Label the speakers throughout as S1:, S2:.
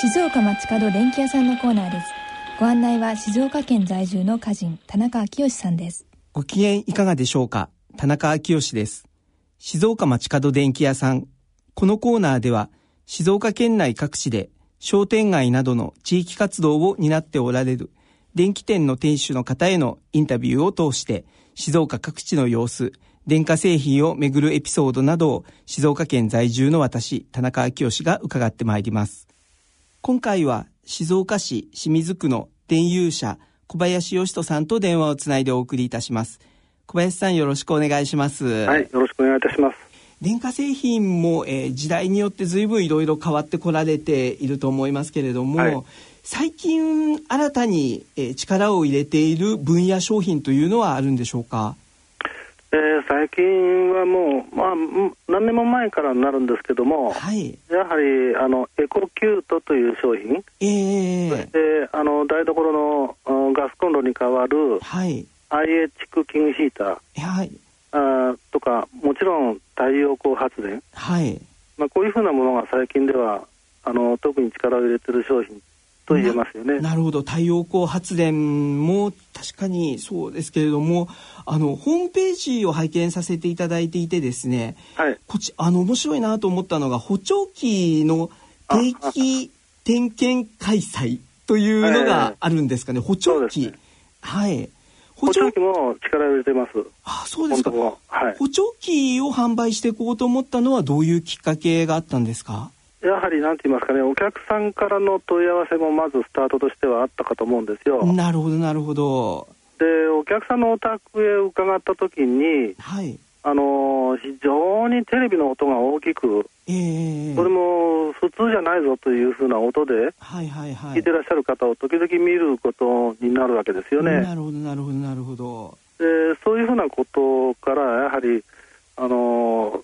S1: 静岡街角電気屋さんのコーナーですご案内は静岡県在住の歌人田中昭義さんです
S2: ご機嫌いかがでしょうか田中昭義です。静岡町角電気屋さん。このコーナーでは、静岡県内各地で商店街などの地域活動を担っておられる電気店の店主の方へのインタビューを通して、静岡各地の様子、電化製品をめぐるエピソードなどを静岡県在住の私、田中昭義が伺ってまいります。今回は静岡市清水区の電友社小林義人さんと電話をつないでお送りいたします。小林さんよろしくお願いします。
S3: はい、よろしくお願いいたします。
S2: 電化製品も、えー時代によって随分いろいろ変わってこられていると思いますけれども、
S3: はい
S2: 最近新たに、えー力を入れている分野商品というのはあるんでしょうか
S3: えー最近はもう、まあ、うん何年も前からになるんですけども、
S2: はい。
S3: やはりあのエコキュートという商品、
S2: えー
S3: そしてあの台所のうんガスコンロに代わる
S2: はい。
S3: IH クッキングヒーター
S2: はい。
S3: あーとか、もちろん太陽光発電、
S2: はい。
S3: まあ、こういうふうなものが最近ではあの特に力を入れてる商品と言えますよね。
S2: なるほど太陽光発電も確かにそうですけれどもあのホームページを拝見させていただいていてですね
S3: はい、
S2: こっちあの面白いなと思ったのが補聴器の定期点検開催というのがあるんですかね補聴
S3: そ
S2: 器、
S3: うです
S2: はい補
S3: 補
S2: 聴
S3: 聴
S2: 器
S3: 器も力を入れてます。
S2: あそうですか
S3: 本当ははい
S2: 補聴器を販売していこうと思ったのはどういうきっかけがあったんですか
S3: やはりなんて言いますかね、お客さんからの問い合わせもまずスタートとしてはあったかと思うんですよ。
S2: なるほどなるほど
S3: で、お客さんのお宅へ伺った時に、
S2: はい
S3: あのー非常にテレビの音が大きく、
S2: えー、
S3: それも普通じゃないぞというふうな音で、
S2: はいはいは
S3: 聞
S2: い
S3: いてらっしゃる方を時々見ることになるわけですよ
S2: な
S3: ね。
S2: るほどなるほどなるほど。
S3: で、そういうふうなことから、やはり、あのー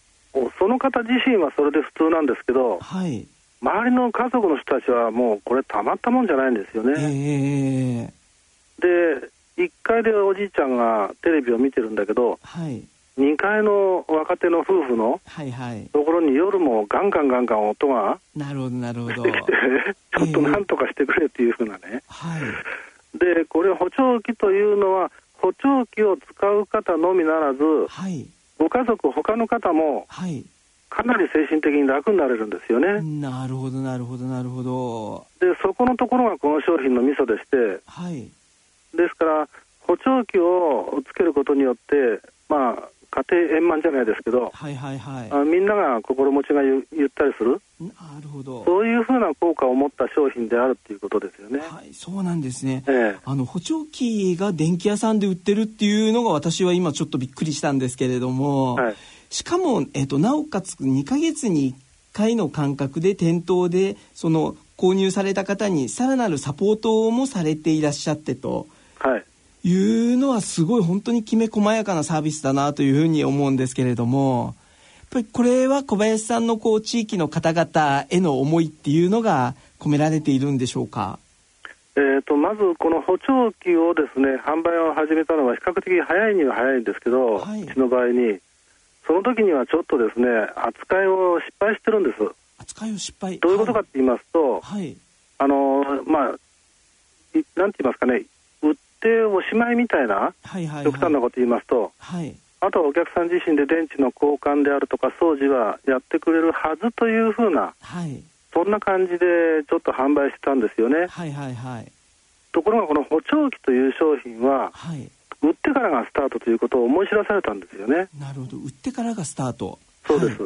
S3: その方自身はそれで普通なんですけど、
S2: はい。
S3: 周りの家族の人たちはもうこれたまったもんじゃないんですよね。
S2: ええ
S3: で1階でおじいちゃんがテレビを見てるんだけど
S2: はい
S3: 2階の若手の夫婦の
S2: はいはい。
S3: ところに夜もガンガンガンガン音が
S2: なるほどなるほ ど
S3: して。きてちょっとなんとかしてくれっていうふうなね
S2: はい。
S3: でこれ補聴器というのは補聴器を使う方のみならず
S2: はい
S3: ご家族他の方も
S2: はい。
S3: かなり精神的に楽になれるんですよね
S2: なるほどなるほどなるほど。
S3: でそこのところがこの商品のミソでして
S2: はい。
S3: ですから補聴器をつけることによってまあ家庭円満じゃないですけど
S2: はいはいはい。
S3: あみんなが心持ちがゆゆったりする、
S2: なるほど。
S3: そういうふうな効果を持った商品であるっていうことですよね。
S2: はいそうなんですね。
S3: ええ
S2: あの補聴器が電気屋さんで売ってるっていうのが私は今ちょっとびっくりしたんですけれども、
S3: はい
S2: しかも、えっとなおかつ2ヶ月に1回の間隔で店頭でその購入された方にさらなるサポートもされていらっしゃってと
S3: はい
S2: いうのはすごい本当にきめ細やかなサービスだなというふうに思うんですけれどもやっぱりこれは小林さんのこう地域の方々への思いっていうのが込められているんでしょうか
S3: えー、とまずこの補聴器をですね販売を始めたのは比較的早いには早いんですけど、
S2: はいう
S3: ちの場合にその時にはちょっとですね扱いを失敗してるんです
S2: 扱いを失敗
S3: どういうことか
S2: は
S3: って言いますと、
S2: はい
S3: あのまあいなんて言いますかね売っておしまいみたいな
S2: はいはい
S3: 極端なこと言いますと、
S2: はい
S3: あとはお客さん自身で電池の交換であるとか掃除はやってくれるはずというふうな、
S2: はい
S3: そんな感じでちょっと販売してたんですよね。
S2: はいはいはい
S3: ところがこの補聴器という商品は、
S2: はい
S3: 売ってからがスタートということを思い知らされたんですよね。
S2: なるほど売ってからがスタート
S3: そうです。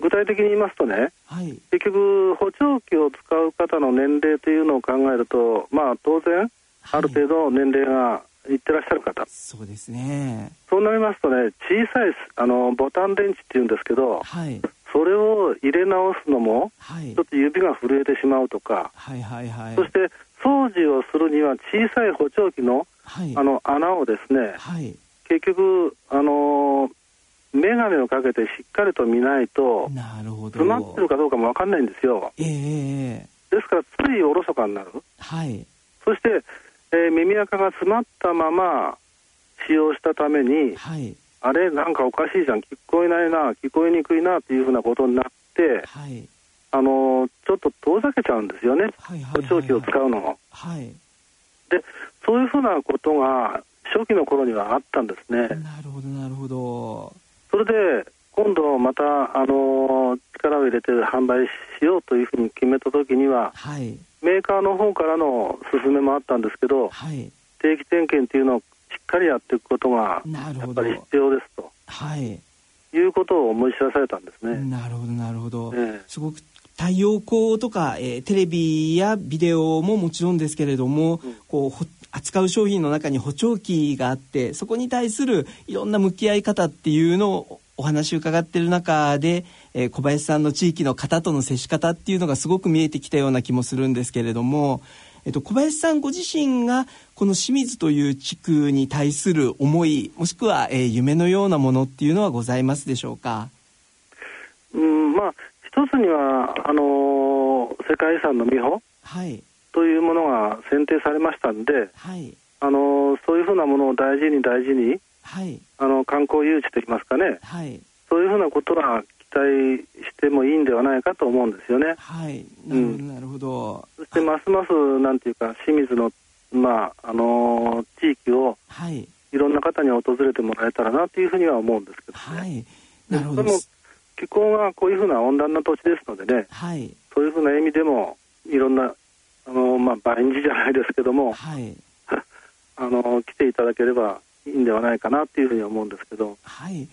S3: 具体的に言いますとね、
S2: はい
S3: 結局補聴器を使う方の年齢というのを考えると、まあ当然、ある程度年齢がいってらっしゃる方。
S2: そうですね
S3: そうなりますとね、小さいあのボタン電池っていうんですけど、
S2: はい
S3: それを入れ直すのも、
S2: はい
S3: ちょっと指が震えてしまうとか、
S2: はいはいはい
S3: そして掃除をするには小さい補聴器の
S2: はい
S3: あの穴をですね、
S2: はい
S3: 結局、あのー、眼鏡をかけてしっかりと見ないと、
S2: なるほど
S3: 詰まってるかどうかも分かんないんですよ。
S2: ええええ
S3: ですから、ついおろそかになる。
S2: はい
S3: そして、えー耳垢が詰まったまま使用したために、
S2: はい
S3: あれ、なんかおかしいじゃん、聞こえないな、聞こえにくいなっていうふうなことになって、
S2: はい
S3: あのちょっと遠ざけちゃうんですよね、
S2: はいはい
S3: 補
S2: はい
S3: 聴器を使うのを。
S2: はい
S3: で、そういうふうなことが初期の頃にはあったんですね。
S2: なるほどなるほど
S3: それで今度またあの力を入れて販売しようというふうに決めた時には
S2: はい
S3: メーカーの方からの勧めもあったんですけど
S2: はい
S3: 定期点検っていうのをしっかりやっていくことが
S2: なる
S3: や
S2: ほ
S3: っ
S2: ど
S3: ぱり必要ですと
S2: はい
S3: いうことを思い知らされたんですね。
S2: なるほどなるほど、
S3: ええ
S2: すごく太陽光とか、えーテレビやビデオももちろんですけれども、
S3: うん
S2: こうほ扱う商品の中に補聴器があってそこに対するいろんな向き合い方っていうのをお話伺ってる中で、えー小林さんの地域の方との接し方っていうのがすごく見えてきたような気もするんですけれども、えっと、小林さんご自身がこの清水という地区に対する思いもしくは、えー夢のようなものっていうのはございますでしょうか
S3: うんまあ、一つにはあの世界遺産の美穂
S2: はい
S3: というものが選定されましたんで、
S2: はい
S3: あのそういうふうなものを大事に大事に
S2: はい
S3: あの観光誘致といいますかね
S2: はい
S3: そういうふうなことは期待してもいいんではないかと思うんですよね。
S2: はい、な
S3: う
S2: るほど、
S3: ん
S2: なるほど。
S3: そしてますますなんていうか清水のまああの地域を
S2: はい、
S3: いろんな方に訪れてもらえたらなというふうには思うんですけど、
S2: はい、なるほ
S3: で
S2: ど
S3: も。気候がこういうふうな温暖な土地ですのでね
S2: はい、
S3: そういうふうな意味でもいろんなあのまあ万事じゃないですけども
S2: はい、
S3: あの来ていただければいいんではないかなというふうに思うんですけど。
S2: はい。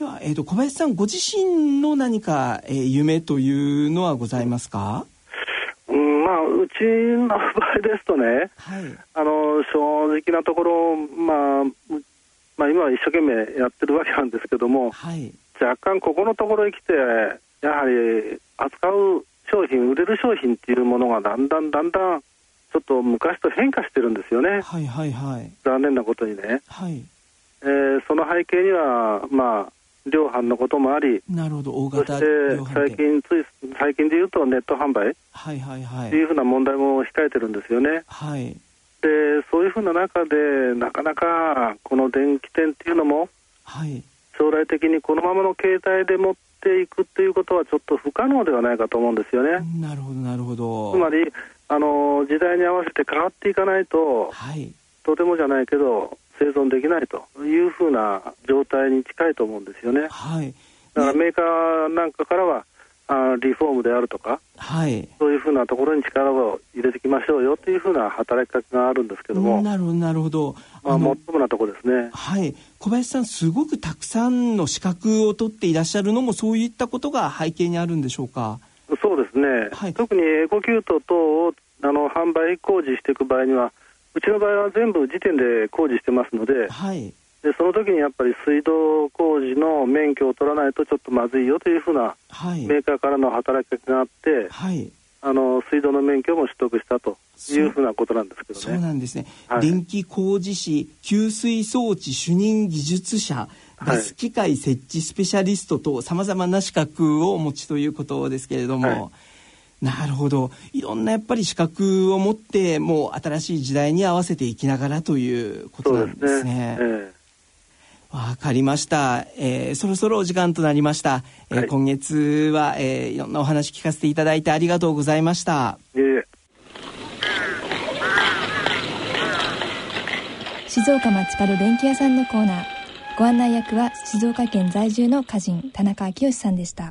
S2: では、えっ、と、小林さん、ご自身の何か、えー夢というのはございますか。
S3: うんまあ、うちの場合ですとね、
S2: はい、
S3: あの正直なところ、まあ、まあ今は一生懸命やってるわけなんですけども
S2: はい、
S3: 若干ここのところへ来てやはり扱う商品売れる商品っていうものがだんだんだんだんちょっと昔と変化してるんですよね
S2: はい、はい、はい、
S3: 残念なことにね、
S2: はい。
S3: えーその背景にはまあ量販のこともあり
S2: なるほど、大
S3: そして
S2: 型量販
S3: 最
S2: 店。
S3: 近つい最近でいうとネット販売っ
S2: はい、はい、は
S3: てい
S2: い。
S3: うふうな問題も控えてるんですよね、
S2: はい、
S3: でそういうふうな中でなかなかこの電気店っていうのも
S2: はい、
S3: 将来的にこのままの携帯で持っていくっていうことはちょっと不可能ではないかと思うんですよね。
S2: なるほど、なるほど。
S3: つまりあの時代に合わせて変わっていかないと
S2: はい、
S3: とてもじゃないけど生存できないというふうな状態に近いと思うんですよね。だ
S2: はい、
S3: からメーカーなんかからはあリフォームであるとか
S2: はい。
S3: そういうふうなところに力を入れていきましょうよというふうな働きかけがあるんですけども、
S2: なるほど、なるほど。
S3: まあ、もっともなところですね。
S2: はい、小林さん、すごくたくさんの資格を取っていらっしゃるのも、そういったことが背景にあるんでしょうか。
S3: そうですね、
S2: はい
S3: 特にエコキュート等をあの販売工事していく場合には、うちの場合は全部時点で工事してますので、
S2: はい、
S3: でその時にやっぱり水道工事の免許を取らないとちょっとまずいよというふうな
S2: はい
S3: メ、ーカーからの働きかけがあって、
S2: はい、
S3: あの水道の免許も取得したというふうなことなんですけど
S2: そう
S3: ね。
S2: なんですね。
S3: はい
S2: 電気工事士、給水装置主任技術者、ガス機械設置スペシャリストと、さまざまな資格をお持ちということですけれども。
S3: は
S2: なるほどいろんなやっぱり資格を持ってもう新しい時代に合わせていきながらということ
S3: そ
S2: な
S3: うんで
S2: ですす
S3: ね
S2: ね。。
S3: え
S2: わかりました、えーそろそろお時間となりました、えー
S3: はい
S2: 今月は、えーいろんなお話聞かせていただいてありがとうございました
S3: えいえいえ
S1: 静岡町角電気屋さんのコーナーご案内役は静岡県在住の歌人田中昭義さんでした